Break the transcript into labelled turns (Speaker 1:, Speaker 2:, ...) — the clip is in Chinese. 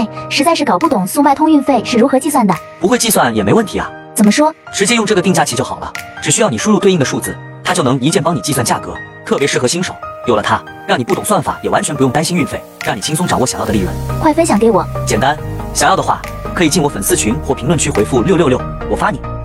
Speaker 1: 哎实在是搞不懂速卖通运费是如何计算的。
Speaker 2: 不会计算也没问题啊，
Speaker 1: 怎么说？
Speaker 2: 直接用这个定价器就好了，只需要你输入对应的数字，它就能一键帮你计算价格，特别适合新手。有了它，让你不懂算法也完全不用担心运费，让你轻松掌握想要的利润。
Speaker 1: 快分享给我！
Speaker 2: 简单，想要的话可以进我粉丝群或评论区回复六六六，我发你。